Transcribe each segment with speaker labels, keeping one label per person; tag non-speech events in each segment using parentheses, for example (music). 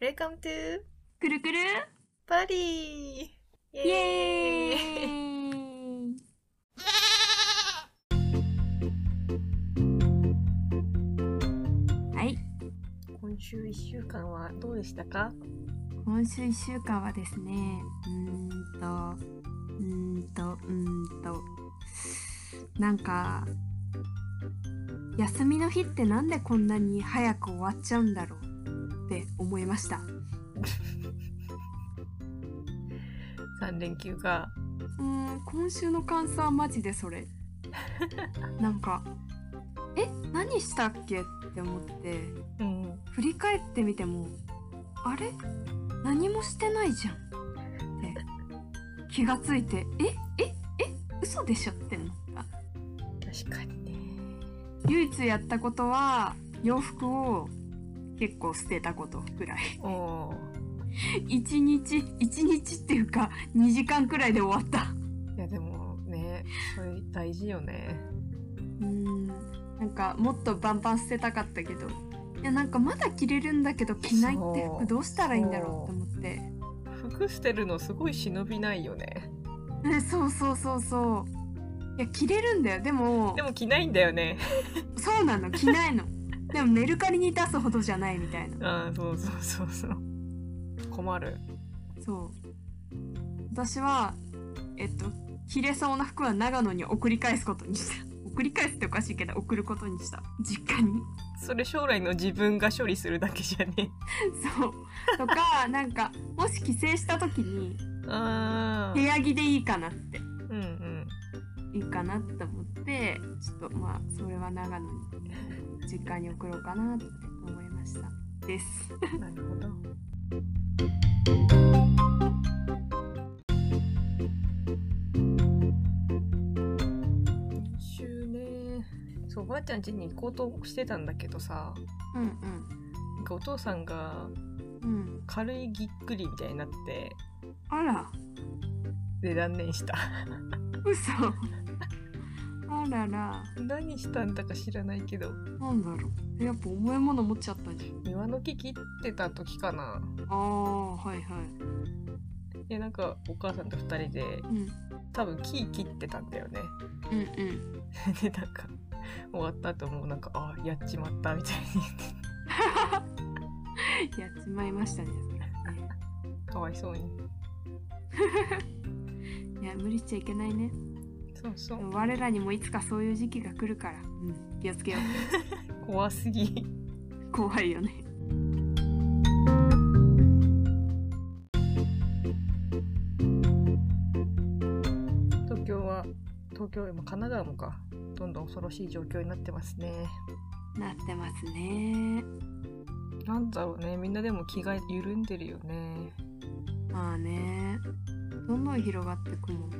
Speaker 1: Welcome to
Speaker 2: くるくる
Speaker 1: パーリー
Speaker 2: イエーイはい
Speaker 1: 今週1週間はどうでしたか
Speaker 2: 今週1週間はですねうーんとうーんとうーんとなんか休みの日ってなんでこんなに早く終わっちゃうんだろうって思いました
Speaker 1: ?3 連休か。
Speaker 2: うーん今週の感想はマジでそれなんかえ何したっけって思って
Speaker 1: うん。
Speaker 2: 振り返ってみてもあれ何もしてないじゃんって気がついてえええ嘘でしょって思った
Speaker 1: 確かにね。
Speaker 2: 唯一やったことは洋服を結構捨てたことぐらい (laughs)
Speaker 1: おおー。
Speaker 2: 一日一日っていうか2時間くらいで終わった
Speaker 1: いやでもね、それ大事よね。
Speaker 2: うーんなんかもっとバンバン捨てたかったけどいやなんかまだ着れるんだけど着ないって
Speaker 1: そう
Speaker 2: 服どうしたらいいんだろうって思って
Speaker 1: 服捨てるのすごい忍びないよね。
Speaker 2: ねそう (laughs) そうそうそういや着れるんだよでも
Speaker 1: でも着ないんだよね。
Speaker 2: そうなの着ないのでもメルカリに出すほどじゃないみたいな
Speaker 1: ああ、そうそうそうそう。困る。
Speaker 2: そう私はえっと着れそうな服は長野に送り返すことにした (laughs) 送り返すっておかしいけど送ることにした実家に (laughs)
Speaker 1: それ将来の自分が処理するだけじゃね。
Speaker 2: そうとかなんかもし帰省した時に
Speaker 1: あ
Speaker 2: 部屋着でいいかなって
Speaker 1: うんうん。
Speaker 2: いいかなって思ってちょっとまあそれは長野に実家に送ろうかなって思いましたです
Speaker 1: なるほど。今週ね、そうおばあちゃん家に行こうとしてたんだけどさ、
Speaker 2: うん
Speaker 1: なんかお父さんが
Speaker 2: うんうん
Speaker 1: 軽いぎっくりみたいになって、
Speaker 2: あら
Speaker 1: で断念した。 (laughs)
Speaker 2: 嘘あらら
Speaker 1: 何したんだか知らないけど、
Speaker 2: なんだろうやっぱ重いもの持っちゃったじゃん
Speaker 1: 庭の木切ってた時かな。
Speaker 2: ああはいはい
Speaker 1: で、なんかお母さんと二人で、
Speaker 2: うん
Speaker 1: 多分木切ってたんだよね。 (laughs)
Speaker 2: うんうん
Speaker 1: でなんか終わった後もうなんかあやっちまったみたいに言っ
Speaker 2: やっちまいましたね
Speaker 1: てかわいそうに
Speaker 2: いや無理しちゃいけないね
Speaker 1: そうそ
Speaker 2: で
Speaker 1: う
Speaker 2: も我らにもいつかそういう時期が来るから、うん、気をつけよ
Speaker 1: 怖すぎ
Speaker 2: う怖いよね
Speaker 1: 東京は東京も神奈川もかどんどん恐ろしい状況になってますね
Speaker 2: なってますね
Speaker 1: なんだろうねみんなでも気が緩んでるよね
Speaker 2: まあねどんどん広がってくもんね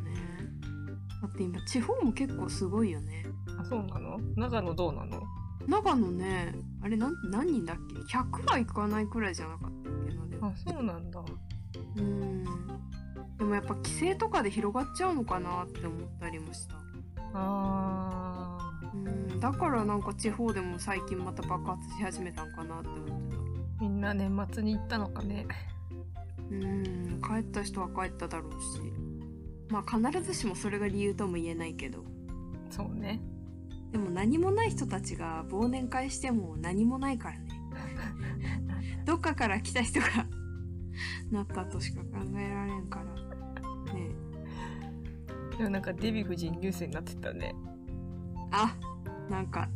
Speaker 2: だって今地方も結構すごいよね
Speaker 1: あそうなの長野どうなの
Speaker 2: 長野ねあれなん何人だっけ100はいかないくらいじゃなかったっけなでも
Speaker 1: あそうなんだ
Speaker 2: うんでもやっぱ規制とかで広がっちゃうのかなって思ったりもした
Speaker 1: あ
Speaker 2: うんだからなんか地方でも最近また爆発し始めたんかなって思ってた
Speaker 1: ーみんな年末に行ったのかね
Speaker 2: うん帰った人は帰っただろうしまあ必ずしもそれが理由とも言えないけど
Speaker 1: そうね
Speaker 2: でも何もない人たちが忘年会しても何もないからねどっかから来た人がなったとしか考えられんからね
Speaker 1: でもなんかデヴィ夫人ニュースになってたね
Speaker 2: あなんか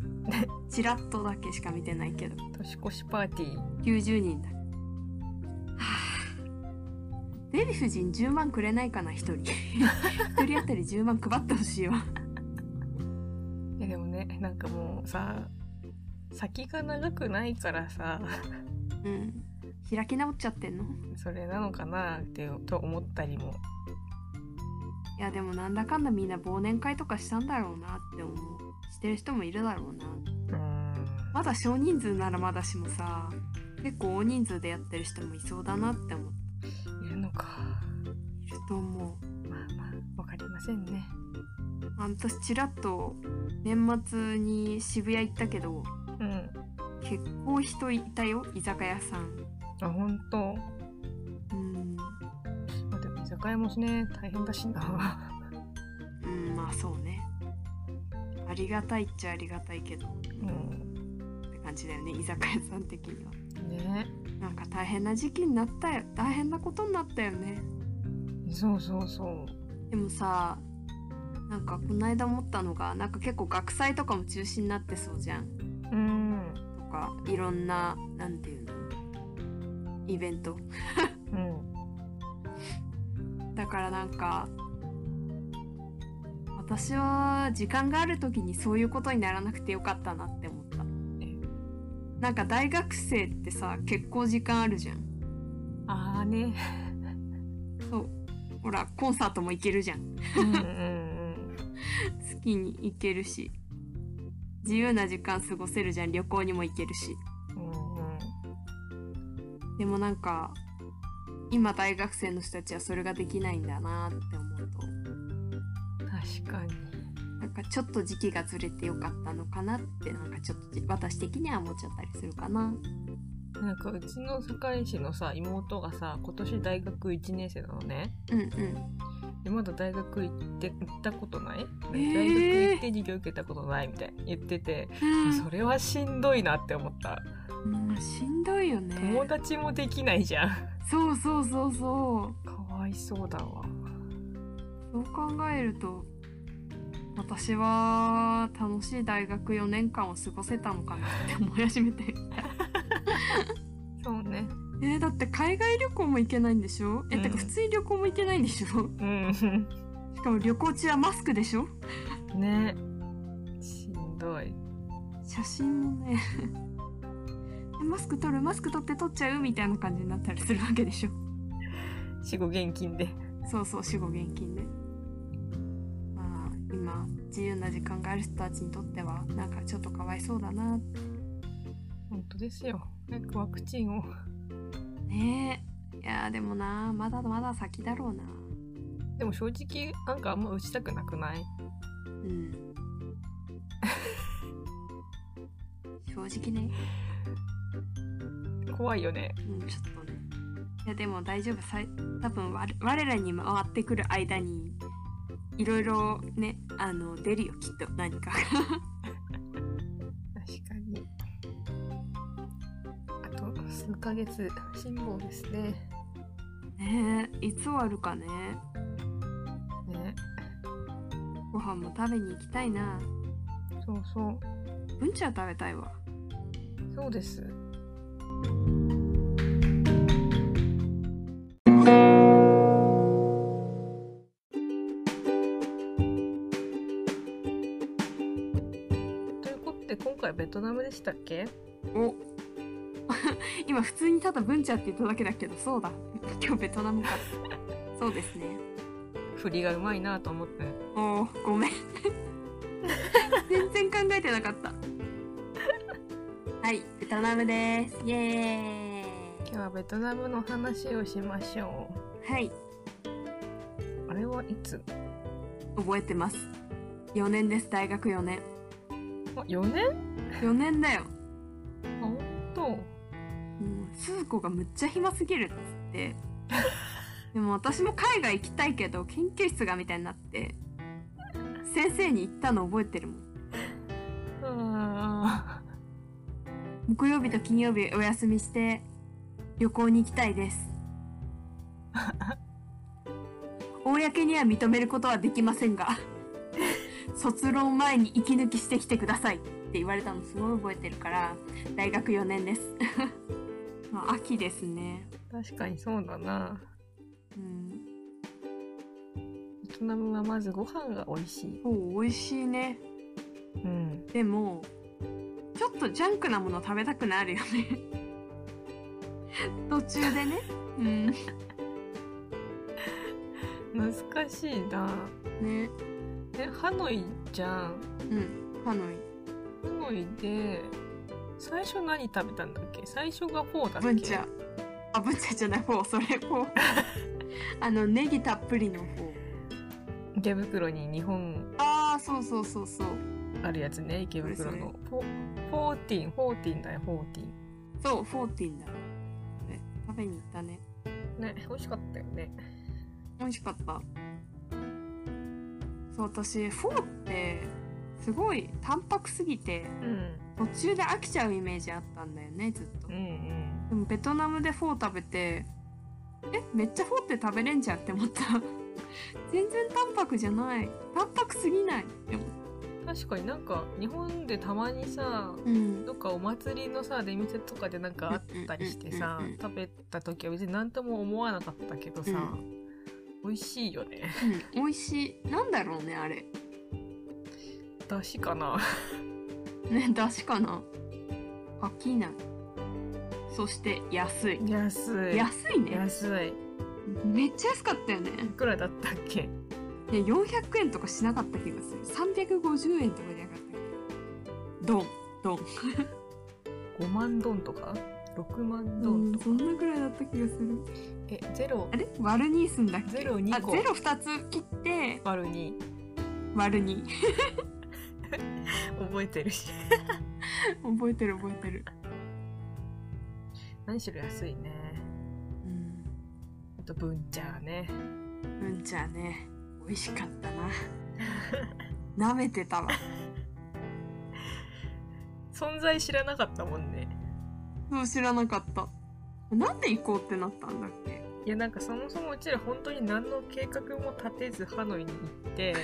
Speaker 2: ちらっとだけしか見てないけど
Speaker 1: 年越しパーティー
Speaker 2: 90人だはあデヴィ夫人10万くれないかな1人 (laughs) 一人当たり10万配ってほしいわ
Speaker 1: いやでもねなんかもうさ先が長くないからさ
Speaker 2: うん開き直っちゃってんの
Speaker 1: それなのかなってと思ったりも
Speaker 2: いやでもなんだかんだみんな忘年会とかしたんだろうなって思うしてる人もいるだろうな
Speaker 1: うーん
Speaker 2: まだ少人数ならまだしもさ結構大人数でやってる人もいそうだなって思う
Speaker 1: いるのか
Speaker 2: いると思
Speaker 1: まあまあわかりませんね
Speaker 2: うあ私ちらっと年末に渋谷行ったけど
Speaker 1: うん
Speaker 2: 結構人いたよ居酒屋さん
Speaker 1: あ本当。
Speaker 2: うん、
Speaker 1: まあ、でも居酒屋もね大変だしな
Speaker 2: うん、まあそうねありがたいっちゃありがたいけどっ
Speaker 1: (laughs) うん
Speaker 2: て感じだよね居酒屋さん的には
Speaker 1: ね
Speaker 2: なんか大変な時期になったよ大変なことになったよね
Speaker 1: そうそうそう
Speaker 2: でもさなんかこの間思ったのがなんか結構学祭とかも中止になってそうじゃん
Speaker 1: うん
Speaker 2: とかいろんななんていうのイベン
Speaker 1: う
Speaker 2: ト
Speaker 1: ん
Speaker 2: だからなんか私は時間がある時にそういうことにならなくてよかったなって思った
Speaker 1: え
Speaker 2: なんか大学生ってさ結構時間あるじゃん
Speaker 1: ああね
Speaker 2: そうほらコンサートも行けるじゃん
Speaker 1: うんうん
Speaker 2: 好きに行けるし自由な時間過ごせるじゃん旅行にも行けるし
Speaker 1: うんうんうん
Speaker 2: でもなんか今大学生の人たちはそれができないんだなって思うと
Speaker 1: 確かに
Speaker 2: なんかちょっと時期がずれてよかったのかなってなんかちょっと私的には思っちゃったりするかな。
Speaker 1: なんかうちの堺市のさ妹がさ今年大学1年生なのね
Speaker 2: うんうん。
Speaker 1: でまだ大学行って行ったことない、
Speaker 2: ー
Speaker 1: 大学行って授業受けたことないみたいに言ってて、それはしんどいなって思った
Speaker 2: うん、しんどいよね。
Speaker 1: 友達もできないじゃん
Speaker 2: そうそうそうそう。
Speaker 1: かわいそうだわ
Speaker 2: そう考えると私は楽しい大学4年間を過ごせたのかなって思い始
Speaker 1: (laughs)
Speaker 2: めて。
Speaker 1: そうね
Speaker 2: えー、だって海外旅行も行けないんでしょえ、
Speaker 1: うん
Speaker 2: てか普通に旅行も行けないんでしょ (laughs)
Speaker 1: うん
Speaker 2: しかも旅行中はマスクでしょ
Speaker 1: ねしんどい
Speaker 2: 写真もね (laughs) えマスク取るマスク取って取っちゃうみたいな感じになったりするわけでしょ
Speaker 1: 死後現金で
Speaker 2: そうそう死後現金でまあ今自由な時間がある人たちにとってはなんかちょっとかわいそうだなって
Speaker 1: 本当ですよ早くワクチンを
Speaker 2: ねえいやーでもなまだまだ先だろうな
Speaker 1: でも正直なんかあんま打ちたくなくない
Speaker 2: うん正直ね、
Speaker 1: 怖いよね
Speaker 2: うん、ちょっとねいやでも大丈夫さい多分我我らに回ってくる間にいろいろねあの出るよきっと何 (laughs) かが
Speaker 1: 確かにあと数ヶ月辛抱ですね
Speaker 2: ねえいつ終わるかね
Speaker 1: ね
Speaker 2: ご飯も食べに行きたいな
Speaker 1: そうそう
Speaker 2: うんちは食べたいわ
Speaker 1: そうですということで今回ベトナムでしたっけ
Speaker 2: お (laughs) 今普通にただブンチャって言っただけだけどそうだ今日ベトナ (laughs) ムかそうですね
Speaker 1: 振りがうまいなと思って
Speaker 2: おーごめん全然考えてなかったはいベトナムですイエーイ
Speaker 1: 今日はベトナムの話をしましょ
Speaker 2: はい
Speaker 1: うあれはいつ
Speaker 2: 覚えてます4年です大学4年
Speaker 1: あ4年
Speaker 2: 4年だよ
Speaker 1: あ本当
Speaker 2: もう鈴子がむっちゃ暇すぎるっつってでも私も海外行きたいけど研究室がみたいになって先生に言ったの覚えてるもん
Speaker 1: あ
Speaker 2: 木曜日と金曜日お休みして旅行に行きたい (laughs) です公には認めることはできませんが卒論前に息抜きしてきてくださいって言われたのすごい覚えてるから大学4年です (laughs) まあ秋ですね
Speaker 1: ー確かにそうだな
Speaker 2: うん
Speaker 1: ベトナムはまずご飯が美味しい。
Speaker 2: お美味しいね
Speaker 1: うん。
Speaker 2: でもちょっとジャンクなもの食べたくなるよ (laughs) ね途中でねうん
Speaker 1: 難しいな。
Speaker 2: ね
Speaker 1: え、ハノイじゃん。
Speaker 2: うんハノイ
Speaker 1: ハノイで、最初何食べたんだっけ最初がフォーだっけ
Speaker 2: ブンチャあブンチャじゃない方それ方 (laughs) あのネギたっぷりの方
Speaker 1: 池袋に日本
Speaker 2: ああそうそうそうそう
Speaker 1: あるやつね。池袋の。フォフォーティン、フォーティンだよ、フォーティン。
Speaker 2: そうフォーティンだねべに行ったね
Speaker 1: ね美味しかったよね
Speaker 2: 美味しかったそう私フォーってすごい淡白すぎて
Speaker 1: うん
Speaker 2: 途中で飽きちゃうイメージあったんだよねずっと
Speaker 1: うんうん
Speaker 2: でもベトナムでフォー食べてえめっちゃフォーって食べれんじゃんって思った (laughs) 全然淡白じゃない淡白すぎないでも
Speaker 1: 確かになんか日本でたまにさ
Speaker 2: うん
Speaker 1: どっかお祭りのさ出店とかでなんかあったりしてさ
Speaker 2: うんうんうんうん
Speaker 1: 食べた時は別に何とも思わなかったけどさ、
Speaker 2: う
Speaker 1: 美味しいよね
Speaker 2: うん、美味しいなんだろうねあれ
Speaker 1: だしかな (laughs)
Speaker 2: ね出汁かな飽きないそして安い
Speaker 1: 安い
Speaker 2: 安いね
Speaker 1: 安い
Speaker 2: めっちゃ安かったよね
Speaker 1: いくらだったっけ
Speaker 2: いや400円とかしなかった気がする350円とかじゃなかったっけドンドン
Speaker 1: 5万ドンとか6万ドンとか、
Speaker 2: そんなくらいだった気がする
Speaker 1: えゼロ
Speaker 2: あれ割る2すんだっけ
Speaker 1: ゼロ二個
Speaker 2: あゼロ2つ切って
Speaker 1: 割るに
Speaker 2: 割る2
Speaker 1: (laughs) 覚えてるし
Speaker 2: 覚えてる覚えてる
Speaker 1: 何しろ安いね
Speaker 2: うん
Speaker 1: あとブンチャーね
Speaker 2: うんじゃあね美味しかったな舐めてたわ
Speaker 1: 存在知らなかったもんね
Speaker 2: そう知らなかったなんで行こうってなったんだっけ
Speaker 1: いやなんかそもそもうちら本当に何の計画も立てずハノイに行って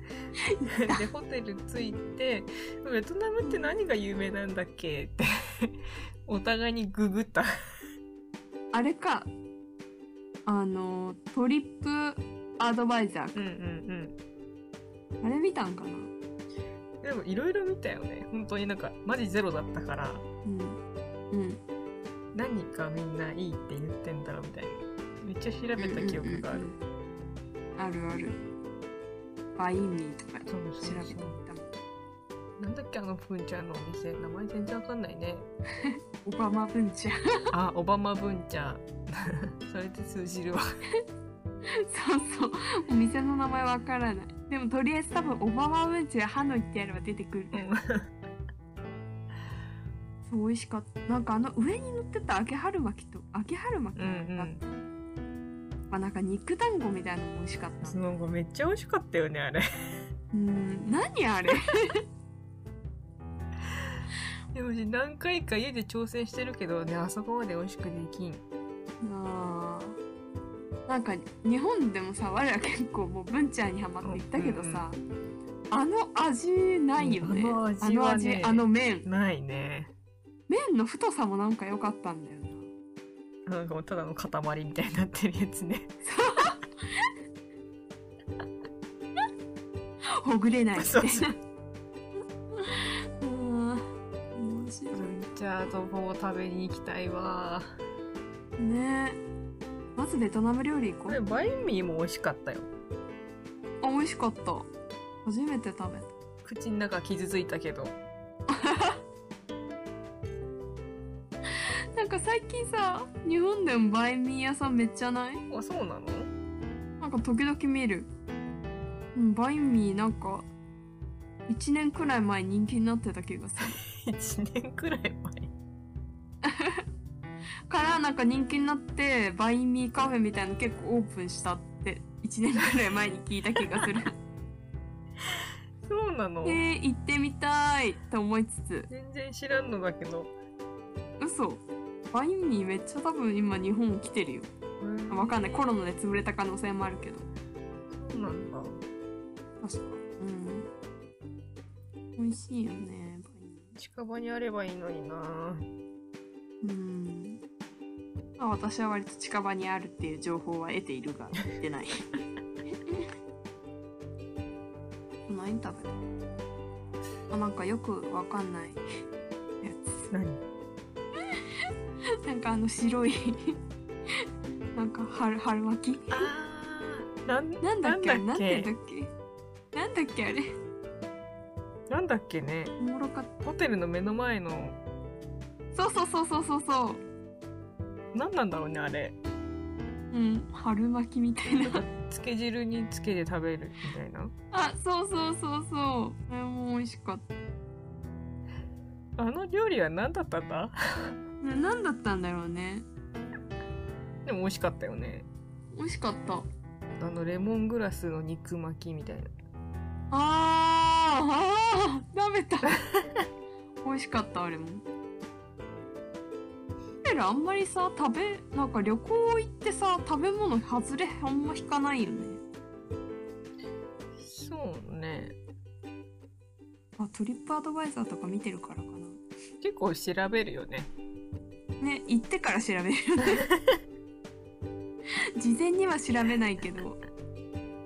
Speaker 1: (laughs) でホテル着いてベトナムって何が有名なんだっけってお互いにググった
Speaker 2: あれかあのトリップアドバイザー
Speaker 1: うんうんうん
Speaker 2: あれ見たんかな
Speaker 1: でもいろいろ見たよね本当になんかマジゼロだったから
Speaker 2: うんうん
Speaker 1: 何かみんないいって言ってんだろうみたいなめっちゃ調べた記憶がある、
Speaker 2: うんうんうんあるあるバインミーとか調
Speaker 1: そう
Speaker 2: べ
Speaker 1: そう
Speaker 2: て
Speaker 1: そ
Speaker 2: み
Speaker 1: う
Speaker 2: たもん
Speaker 1: なんだっけあのブンちゃんのお店名前全然わかんないね
Speaker 2: オバマ文 (laughs) ちゃん
Speaker 1: あオバマブンちゃん (laughs) それで通じるわ
Speaker 2: そうそうお店の名前わからないでもとりあえず多分オバマ文ちゃんハノイってやれば出てくる、そう美味しかったなんかあの上に乗ってた揚げ春巻きと揚げ春巻き
Speaker 1: う
Speaker 2: だった、
Speaker 1: ん
Speaker 2: あなんか肉団子みたいなのも美味しかっ
Speaker 1: う
Speaker 2: た
Speaker 1: んなんかめっちゃ美味しかったよねあれ
Speaker 2: うん何
Speaker 1: (laughs)
Speaker 2: あれ
Speaker 1: でも何回か家で挑戦してるけどねあそこまで美味しくできん
Speaker 2: あーなんか日本でもさ我ら結構もう文ちゃんにハマっていったけどさ、あの味ないよね,、
Speaker 1: うんあの味
Speaker 2: あの
Speaker 1: は
Speaker 2: 味
Speaker 1: ね
Speaker 2: あの麺
Speaker 1: ないね
Speaker 2: 麺の太さもなんか良かったんだよな
Speaker 1: なんかもうただの塊みたいになってるやつね
Speaker 2: ほぐれないみたい
Speaker 1: そうそ
Speaker 2: (laughs) なうん面白
Speaker 1: ブ
Speaker 2: い
Speaker 1: ンチャーとフォー食べに行きたいわ
Speaker 2: ねまずベトナム料理行こ
Speaker 1: で
Speaker 2: う
Speaker 1: バインミーも美味しかったよ
Speaker 2: あ美味しかった初めて食べた
Speaker 1: 口の中傷ついたけど
Speaker 2: なんか最近さ日本でもバインミー屋さんめっちゃない
Speaker 1: あそう (laughs) なの
Speaker 2: なんか時々見る。うん、バインミーなんか、1年くらい前人気になってた気がする。
Speaker 1: 1年くらい
Speaker 2: からなんか人気になって、バインミーカフェみたいの結構オープンしたって、1年くらい前に聞いた気がする。
Speaker 1: 前そうなの
Speaker 2: えー、行ってみたいと思いつつ、
Speaker 1: 全然知らんのだけど
Speaker 2: 嘘。バインミーめっちゃ多分今日本来てるよ。わかんない。コロナで潰れた可能性もあるけど。
Speaker 1: そうなんだ
Speaker 2: 確か。うん。美味しいよね、バインミー。
Speaker 1: 近場にあればいいのにな
Speaker 2: うん。まあ、私は割と近場にあるっていう情報は得ているが、得てない。 (laughs) 何食べたあ、なんかよくわかんないや
Speaker 1: 何
Speaker 2: つ。なんかあの白い、 (laughs) なんか春、春巻き
Speaker 1: あーなん
Speaker 2: なんだっけあれ
Speaker 1: な
Speaker 2: なん
Speaker 1: だ
Speaker 2: んて
Speaker 1: っけ
Speaker 2: だっけなんだっけあれ
Speaker 1: なんだっけね
Speaker 2: おもろかった。
Speaker 1: ホテルの目の前の
Speaker 2: そうそうそうそうそうそう。
Speaker 1: 何なんだろうねあれ
Speaker 2: うん。春巻きみたいな。
Speaker 1: つけ汁につけて食べるみたいな
Speaker 2: あ、そうそうそうそう。あれも美味しかった。
Speaker 1: あの料理は何だったんだ (laughs)
Speaker 2: ね、何だったんだろうね
Speaker 1: でも美味しかったよね
Speaker 2: 美味しかった
Speaker 1: あのレモングラスの肉巻きみたいな
Speaker 2: あーあー舐め (laughs) た美味しかったあれもホテルあんまりさ食べなんか旅行行ってさ食べ物外れあんま引かないよね
Speaker 1: そうね
Speaker 2: あトリップアドバイザーとか見てるからかな
Speaker 1: 結構調べるよね
Speaker 2: ね行ってから調べ (laughs) るよね事前には調べないけど行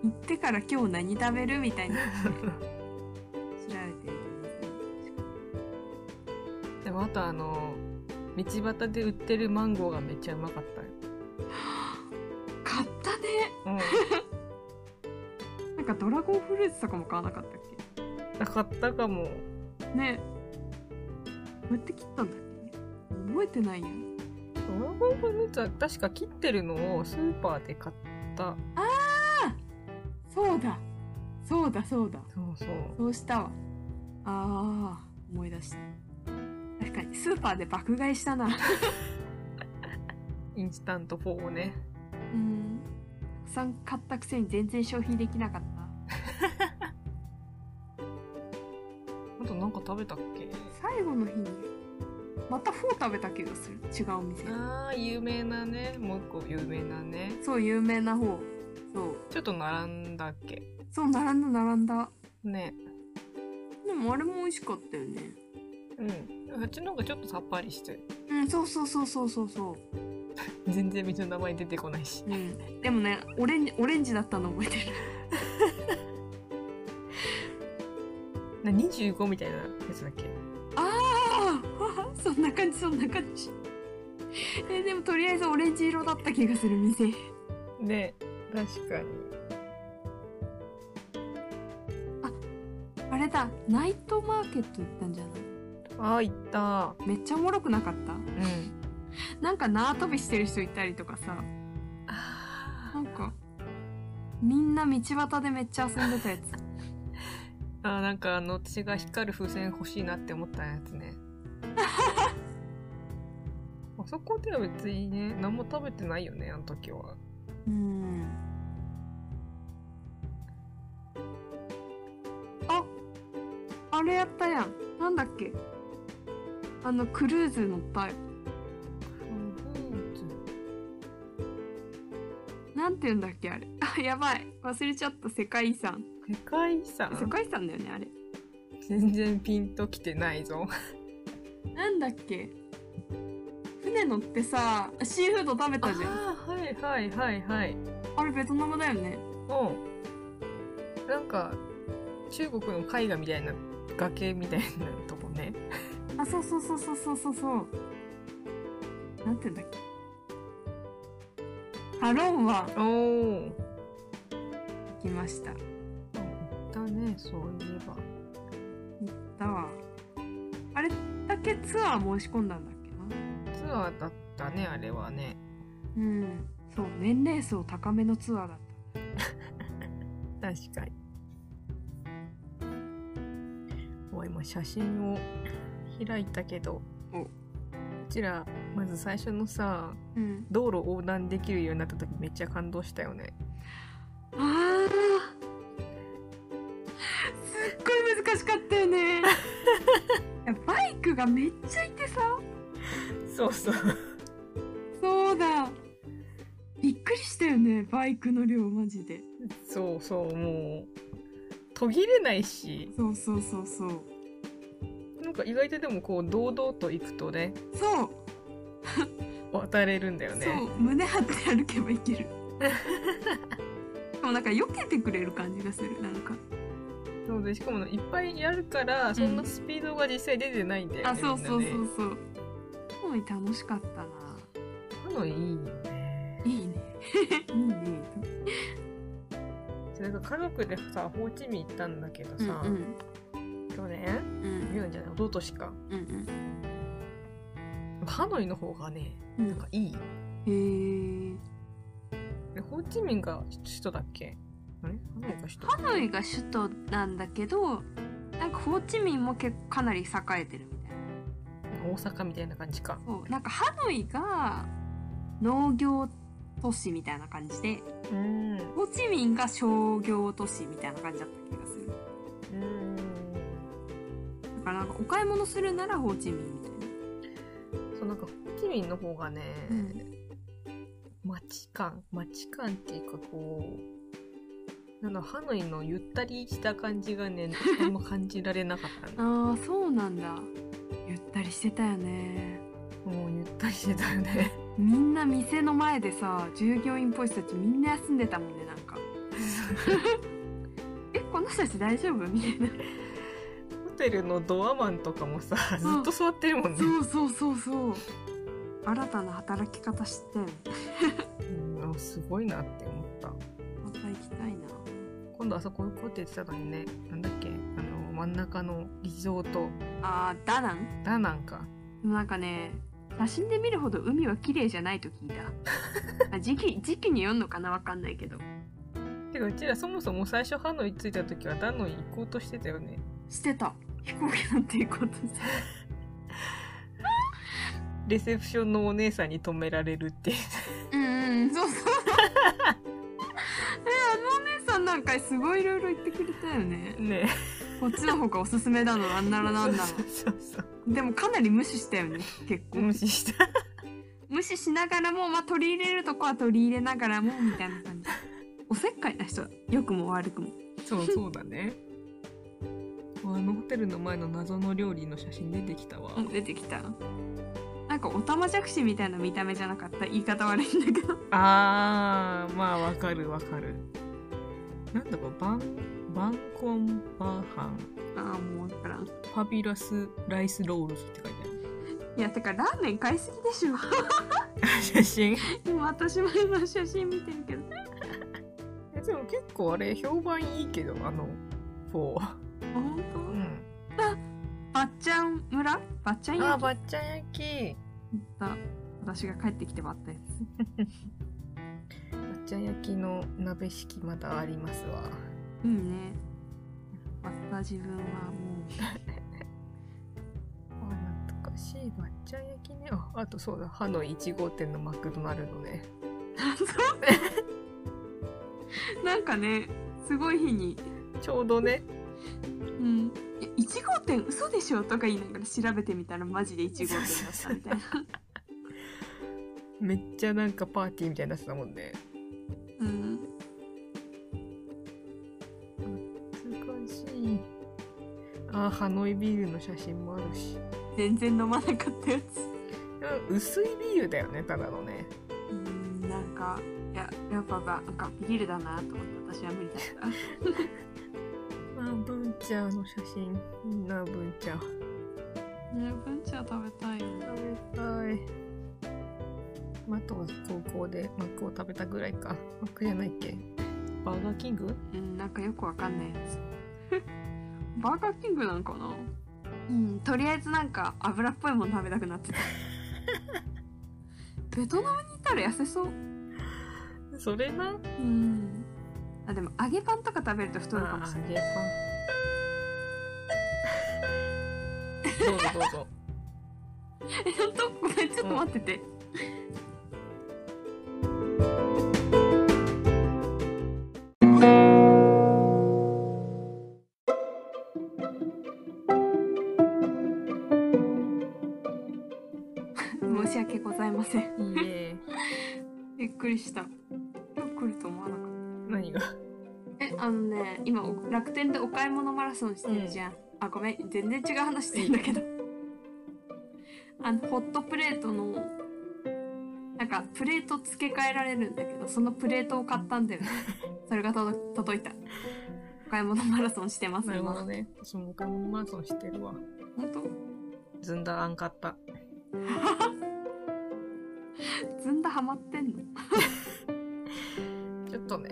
Speaker 2: ってから今日何食べるみたいな調 (laughs) べてる
Speaker 1: でもあとあの道端で売ってるマンゴーがめっちゃうまかったよ、
Speaker 2: 買ったね
Speaker 1: う
Speaker 2: なんかドラゴンフルーツとかも買わなかったっけ
Speaker 1: ん、なかったかも
Speaker 2: ねどうやって切ったんだっけ覚えてないや
Speaker 1: ドラゴンフルーツは確か切ってるのをスーパーで買った
Speaker 2: そうだそうだそうだ
Speaker 1: そうそう
Speaker 2: そうしたわあー思い出した確かにスーパーで爆買いしたな
Speaker 1: インスタント4をね
Speaker 2: うんたくさん買ったくせに全然消費できなかった
Speaker 1: あとなんか食べたっけ
Speaker 2: 最後の日にまたフォー食べた気がする違うお店
Speaker 1: あー有名なねもう一個有名なね
Speaker 2: そう有名な方そう
Speaker 1: ちょっと並んだっけ
Speaker 2: そう並んだ並んだ
Speaker 1: ね
Speaker 2: でもあれも美味しかったよね
Speaker 1: うんあっちの方がちょっとさっぱりしてる
Speaker 2: うんそうそうそうそうそうそう
Speaker 1: 全然店の名前出てこないし
Speaker 2: うん、でもねオレンジオレンジだったの覚えてる (laughs)
Speaker 1: な25みたいなやつだっけ
Speaker 2: ああそんな感じそんな感じえでもとりあえずオレンジ色だった気がする店
Speaker 1: ね確かに
Speaker 2: あれだナイトマーケット行ったんじゃない
Speaker 1: あー行った
Speaker 2: めっちゃおもろくなかった
Speaker 1: うん
Speaker 2: なんか縄跳びしてる人いたりとかさ
Speaker 1: あ
Speaker 2: なんかみんな道端でめっちゃ遊んでたや
Speaker 1: ー
Speaker 2: つ
Speaker 1: あーなんかあの私が光る風船欲しいなって思ったやつ (laughs) ねあそこでは別にね何も食べてないよねあの時は
Speaker 2: うんああれやったやんなんだっけあのクルーズ乗ったよなんて言うんだっけあれ (laughs) あやばい忘れちゃった世界遺産
Speaker 1: 世界遺産
Speaker 2: 世界遺産だよねあれ
Speaker 1: 全然ピンときてないぞ
Speaker 2: なんだっけ船乗ってさシーフード食べたじゃんあ
Speaker 1: あーはいはいはいはい
Speaker 2: れベトナムだよね
Speaker 1: うんなんか中国の絵画みたいな崖みたいなとこね
Speaker 2: あそうそうそうそうそうそうそうなんて言うんだっけハロンは
Speaker 1: おお
Speaker 2: 行きました
Speaker 1: だねそういえば
Speaker 2: だわあれだけツアー申し込んだんだっけな
Speaker 1: ツアーだったねあれはね
Speaker 2: うんそう年齢層高めのツアーだった
Speaker 1: 確かにお今写真を開いたけど
Speaker 2: お
Speaker 1: こちらまず最初のさ
Speaker 2: うん
Speaker 1: 道路横断できるようになった時めっちゃ感動したよね
Speaker 2: あーすっごい難しかったよね (laughs) いやバイクがめっちゃいてさ
Speaker 1: そうそう
Speaker 2: そうだびっくりしたよねバイクの量マジで
Speaker 1: そうそうもう途切れないし
Speaker 2: そうそうそうそう
Speaker 1: なんか意外とでもこう堂々と行くとね
Speaker 2: そう、
Speaker 1: 渡れるんだよ
Speaker 2: そ
Speaker 1: ね
Speaker 2: う胸張って歩けばい (laughs) けるでもなんか避けてくれる感じがするなんか
Speaker 1: そうでしかもいっぱいやるからそんなスピードが実際出てないんだよね、
Speaker 2: あそうそう
Speaker 1: みんなね
Speaker 2: そうそうすごい楽しかったな
Speaker 1: そうのいいよね
Speaker 2: いいねいいね
Speaker 1: なんか家族でさホーチミン行ったんだけど
Speaker 2: うんう
Speaker 1: さ、
Speaker 2: ん
Speaker 1: 去年
Speaker 2: うん
Speaker 1: 去年じゃない一昨年か
Speaker 2: うんうん
Speaker 1: ハノイの方がね
Speaker 2: うん
Speaker 1: なんかいい
Speaker 2: へえ
Speaker 1: えホーチミンが首都だっけあれハノイが首都
Speaker 2: ハノイが首都なんだけどなんかホーチミンも結構かなり栄えてるみたいな
Speaker 1: 大阪みたいな感じか
Speaker 2: そうなんかハノイが農業都市みたいな感じで
Speaker 1: うん
Speaker 2: ホーチミンが商業都市みたいな感じだった気がす
Speaker 1: う
Speaker 2: る
Speaker 1: ん
Speaker 2: だからなんかお買い物するならホーチミンみたいな
Speaker 1: そうなんかホーチミンの方がね、
Speaker 2: うん
Speaker 1: 街感街感っていうかこうなんだろうハノイのゆったりした感じがねどこにも感じられなかったの
Speaker 2: あーそうなんだゆったりしてたよね
Speaker 1: も (laughs) うゆったりしてたよね (laughs)
Speaker 2: みんな店の前でさ従業員っぽい人たちみんな休んでたもんねなん (laughs) かえこの人たち大丈夫みたいな
Speaker 1: ホテルのドアマンとかもさずっと座ってるもんね、
Speaker 2: そうそうそうそう新たな働き方知ってん
Speaker 1: うん、すごいなって思った
Speaker 2: また行きたいな
Speaker 1: 今度あそこ行こうって言ってたのにねなんだっけあの真ん中のリゾート
Speaker 2: あーダナン
Speaker 1: ダナンか
Speaker 2: でもなんかね写真で見るほど海は綺麗じゃないと聞い (laughs) たあ時期時期によんのかなわかんないけど
Speaker 1: てかうちらそもそも最初ハノイ着いた時はダノイ行こうとしてたよね
Speaker 2: してた飛行機なんて行こうとして
Speaker 1: レセプションのお姉さんに止められるっていう
Speaker 2: うんうんそうそう (laughs) えあのお姉さんなんかすごいいろいろ言ってくれたよね
Speaker 1: ね
Speaker 2: こっちの方がおすすめだのなんならなんだ
Speaker 1: そうそうそう
Speaker 2: のでもかなり無視したよね結構
Speaker 1: 無視した
Speaker 2: 無視しながらも、まあ、取り入れるとこは取り入れながらもみたいな感じおせっかいな人良くも悪くも
Speaker 1: そうそうだねあのホテルの前の謎の料理の写真出てきたわ、
Speaker 2: うん出てきたなんかおたまじゃくしみたいな見た目じゃなかった言い方悪いんだけど
Speaker 1: あーまあわかるわかるなんだかバンバンコンバーハン
Speaker 2: ああもうだからんい
Speaker 1: ファビュラスライスロールズって書いて
Speaker 2: やてかラーメン買いすぎでしょ (laughs)
Speaker 1: ある写真
Speaker 2: 今私も今写真見てるけど
Speaker 1: えでも結構あれ評判いいけどあのフォー
Speaker 2: 本当、
Speaker 1: うん
Speaker 2: ばっちゃん村ばっちゃん
Speaker 1: あー
Speaker 2: 焼き
Speaker 1: ばっちゃん焼き
Speaker 2: だ私が帰ってきてばったやつ
Speaker 1: ばっちゃん焼きの鍋敷きまだありますわ
Speaker 2: いいねバッタ自分はも
Speaker 1: あなんとかしいばっちゃん焼きねああとそうだハノイ1号店のマクドナルドね
Speaker 2: うなんかねすごい日に
Speaker 1: ちょうどね
Speaker 2: うんいや1号店嘘でしょとか言いながら調べてみたらマジで1号店だったみ (laughs) たいな
Speaker 1: めっちゃなんかパーティーみたいになってたもんね
Speaker 2: うん
Speaker 1: 難しいあーハノイビールの写真もあるし
Speaker 2: 全然飲まなかったやつ
Speaker 1: うん薄いビールだよねただのね
Speaker 2: うんなんかいややっぱばなんかビールだなと思って私は無理だった
Speaker 1: あブンチャーの写真いいなブンチャー
Speaker 2: ね文茶食べたいよ
Speaker 1: 食べたいまああとは高校でマックを食べたぐらいかマックじゃないっけバーガーキング
Speaker 2: うんなんかよくわかんないやつ (laughs) バーガーキングなんかなうんとりあえずなんか油っぽいもの食べたくなってた (laughs) ベトナムに行ったら痩せそう
Speaker 1: それな
Speaker 2: うんあでも揚げパンとか食べると太るかもしれない
Speaker 1: れないどうぞどうぞ
Speaker 2: え本当ごめんちょっと待ってて、 (laughs) 申し訳ございません
Speaker 1: いいえ
Speaker 2: びっくりした今日来ると思わなかっ
Speaker 1: 何が
Speaker 2: たえあのね今お楽天でお買い物マラソンしてるじゃん、あごめん全然違う話してんだけどあのホットプレートのなんかプレート付け替えられるんだけどそのプレートを買ったん (laughs) だよねそれが届届いたお買い物マラソンしてます
Speaker 1: なるほど
Speaker 2: 今
Speaker 1: ね私もお買い物マラソンしてるわ
Speaker 2: 本当
Speaker 1: ずんだあん買った
Speaker 2: ずんだハマってんの
Speaker 1: ちょっとね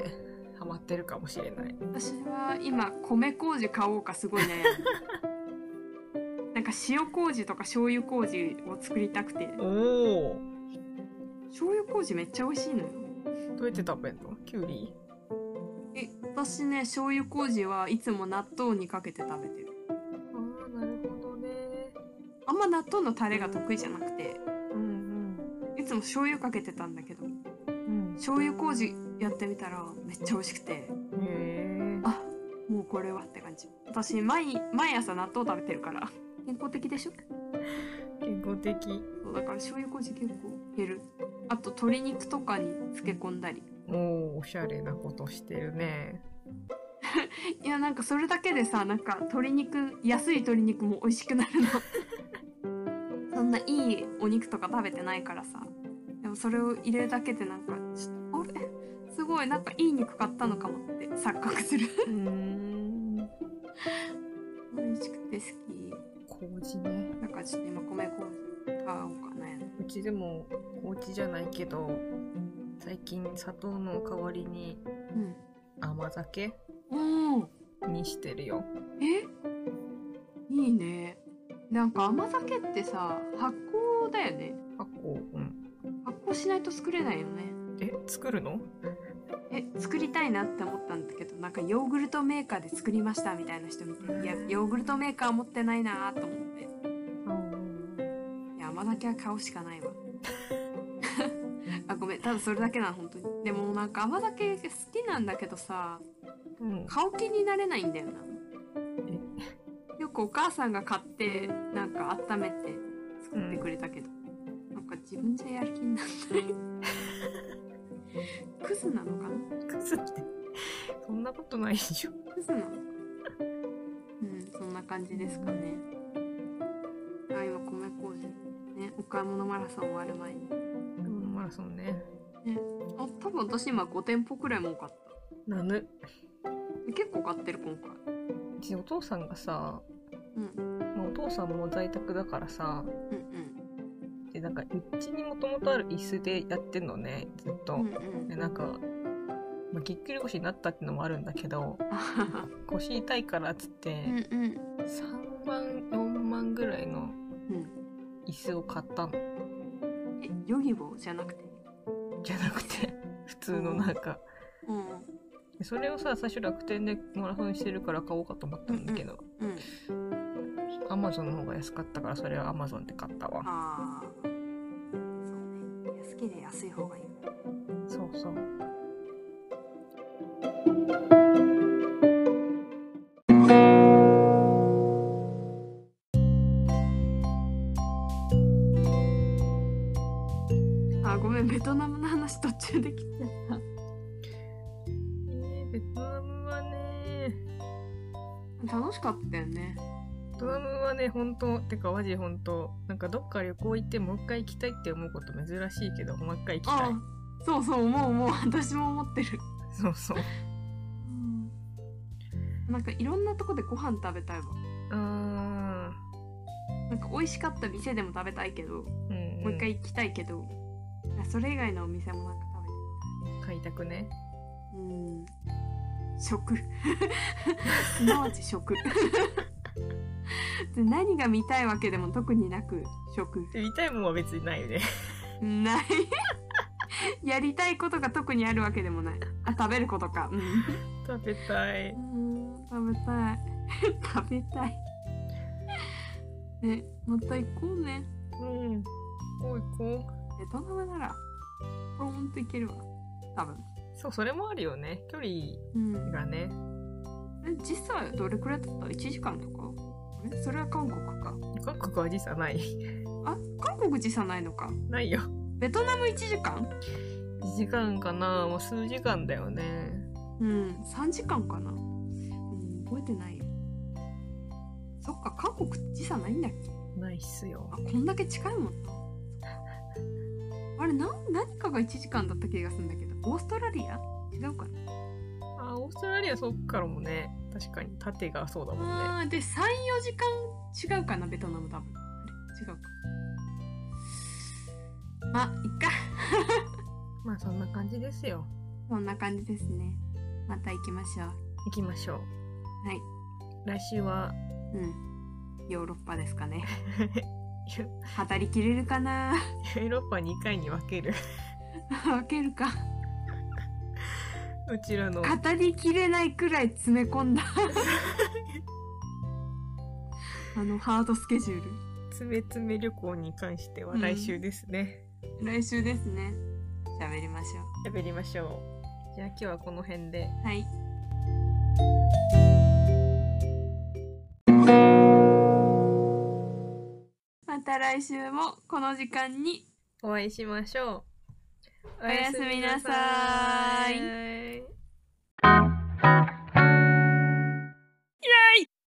Speaker 1: ハマってるかもしれない
Speaker 2: 私は今米麹買おうかすごい悩 (laughs) むなんか塩麹とか醤油麹を作りたくて
Speaker 1: おお
Speaker 2: 醤油麹めっちゃ美味しいのよ
Speaker 1: どうやって食べんのきゅうり
Speaker 2: え私ね醤油麹はいつも納豆にかけて食べてる
Speaker 1: ああなるほどね
Speaker 2: あんま納豆のタレが得意じゃなくて
Speaker 1: うん
Speaker 2: いつも醤油かけてたんだけど
Speaker 1: うんうん
Speaker 2: 醤油麹やってみたらめっちゃ美味しくて
Speaker 1: へ
Speaker 2: あもうこれはって感じ私毎毎朝納豆食べてるから健康的でしょ
Speaker 1: え健康的
Speaker 2: そうだから醤油麹結構減るあと鶏肉とかに漬け込んだり
Speaker 1: おおおしゃれなことしてるね
Speaker 2: いやなんかそれだけでさなんか鶏肉安い鶏肉も美味しくなる (laughs) のそんないいお肉とか食べてないからさでもそれを入れるだけでなんかちょっとあれすごいなんかいい肉買ったのかもって錯覚する
Speaker 1: うん
Speaker 2: 美味しくて好
Speaker 1: 麹ね
Speaker 2: きだからちょっと今米麹買おうかな
Speaker 1: うちでも麹じゃないけど最近砂糖の代わりに甘酒
Speaker 2: うんおー
Speaker 1: にしてるよ
Speaker 2: えいいねなんか甘酒ってさ発酵だよね
Speaker 1: あこううん
Speaker 2: 発酵しないと作れないよね
Speaker 1: え作るの
Speaker 2: え作りたいなって思ったんだけどなんかヨーグルトメーカーで作りましたみたいな人見ていやヨーグルトメーカー持ってないなと思っていや甘酒は買うしかないわあごめんただそれだけなの本当にでもなんか甘酒好きなんだけどさ
Speaker 1: うん
Speaker 2: 買う気になれないんだよな
Speaker 1: え
Speaker 2: よくお母さんが買ってなんか温めて作ってくれたけど、なんか自分じゃやる気にならないクズなのかな
Speaker 1: クズってそんなことないでしょ
Speaker 2: クズなのかうんそんな感じですかねあ今米麹ねお買い物マラソン終わる前に
Speaker 1: うんマラソンね
Speaker 2: あ多分私今5店舗くらいもう買っ
Speaker 1: なぬ
Speaker 2: た結構買ってる今回
Speaker 1: うちお父さんがさ、
Speaker 2: うん
Speaker 1: まあお父さんも在宅だからさ
Speaker 2: うん
Speaker 1: でなんかうちにもともとある椅子でやってんのねずっと、
Speaker 2: うんうんうん
Speaker 1: でなんか、まあ、ぎっくり腰になったってのもあるんだけど
Speaker 2: あはは
Speaker 1: 腰痛いからっつって、
Speaker 2: うんうん
Speaker 1: 3万4万ぐらいの
Speaker 2: うん
Speaker 1: 椅子を買ったの
Speaker 2: えヨギボーじゃなくて
Speaker 1: じゃなくて (laughs) 普通のなんか
Speaker 2: うん
Speaker 1: でそれをさ最初楽天でマラソンしてるから買おうかと思ったんだけど、
Speaker 2: うん
Speaker 1: Amazon の方が安かったからそれは Amazon で買ったわ
Speaker 2: ああそうね好きで安い方がいい
Speaker 1: そうそう
Speaker 2: あごめんベトナムの話途中できちゃった
Speaker 1: えーベトナムはね
Speaker 2: 楽しかったよね
Speaker 1: ベトナムはね本当てかマジ本当なんかどっか旅行行ってもう一回行きたいって思うこと珍しいけどもう一回行きたい
Speaker 2: あそうそうもうもう私も思ってる
Speaker 1: そうそう (laughs)
Speaker 2: なんかいろんなとこでご飯食べたいわ
Speaker 1: うーん
Speaker 2: なんか美味しかった店でも食べたいけど、
Speaker 1: うん
Speaker 2: もう一回行きたいけどあそれ以外のお店もなんか
Speaker 1: 開拓ね
Speaker 2: 食べたいうん食すなわち食で何が見たいわけでも特になく食
Speaker 1: で見たいもんは別にないよね
Speaker 2: ないやりたいことが特にあるわけでもないあ食べることかうん
Speaker 1: (laughs) 食べたいう
Speaker 2: ーん食べたい (laughs) 食べたい (laughs) ねまた行こうね
Speaker 1: うんおう行こ
Speaker 2: ベトナムならポロンと行けるわ多分
Speaker 1: うそうそれもあるよね距離
Speaker 2: うん
Speaker 1: がね
Speaker 2: え実際どれくらいだった ?1 時間とかあれそれは韓国か
Speaker 1: 韓国は時差ない (laughs)
Speaker 2: あ韓国時差ないのか
Speaker 1: ないよ
Speaker 2: ベトナム1時間
Speaker 1: 1時間かなもう数時間だよね
Speaker 2: うん3時間かなうん覚えてないよそっか韓国時差ないんだっけ
Speaker 1: ないっすよ
Speaker 2: あこんだけ近いもんなあれな何かが1時間だった気がするんだけどオーストラリア違うかな
Speaker 1: あオーストラリアそっからもね確かに縦がそうだもんね
Speaker 2: あーで34時間違うかなベトナム多分あれ違うかまあいっか
Speaker 1: まあそんな感じですよ
Speaker 2: そんな感じですねまた行きましょう
Speaker 1: 行きましょう
Speaker 2: はい
Speaker 1: 来週は (laughs)
Speaker 2: うんヨーロッパですかね語りきれるかな (laughs)
Speaker 1: ヨーロッパ2回に分ける (laughs)
Speaker 2: 分けるか
Speaker 1: うちらの
Speaker 2: 語りきれないくらい詰め込 (laughs) んだあのハードスケジュール
Speaker 1: つめつめ旅行に関しては来週ですね、
Speaker 2: 来週ですねじゃあ喋りましょ
Speaker 1: 喋りましょうじゃあ今日はこの辺で
Speaker 2: うはいまた来週もこの時間に
Speaker 1: お会いしましょうお
Speaker 2: おやすみなさー
Speaker 1: や
Speaker 2: い
Speaker 1: すみなさー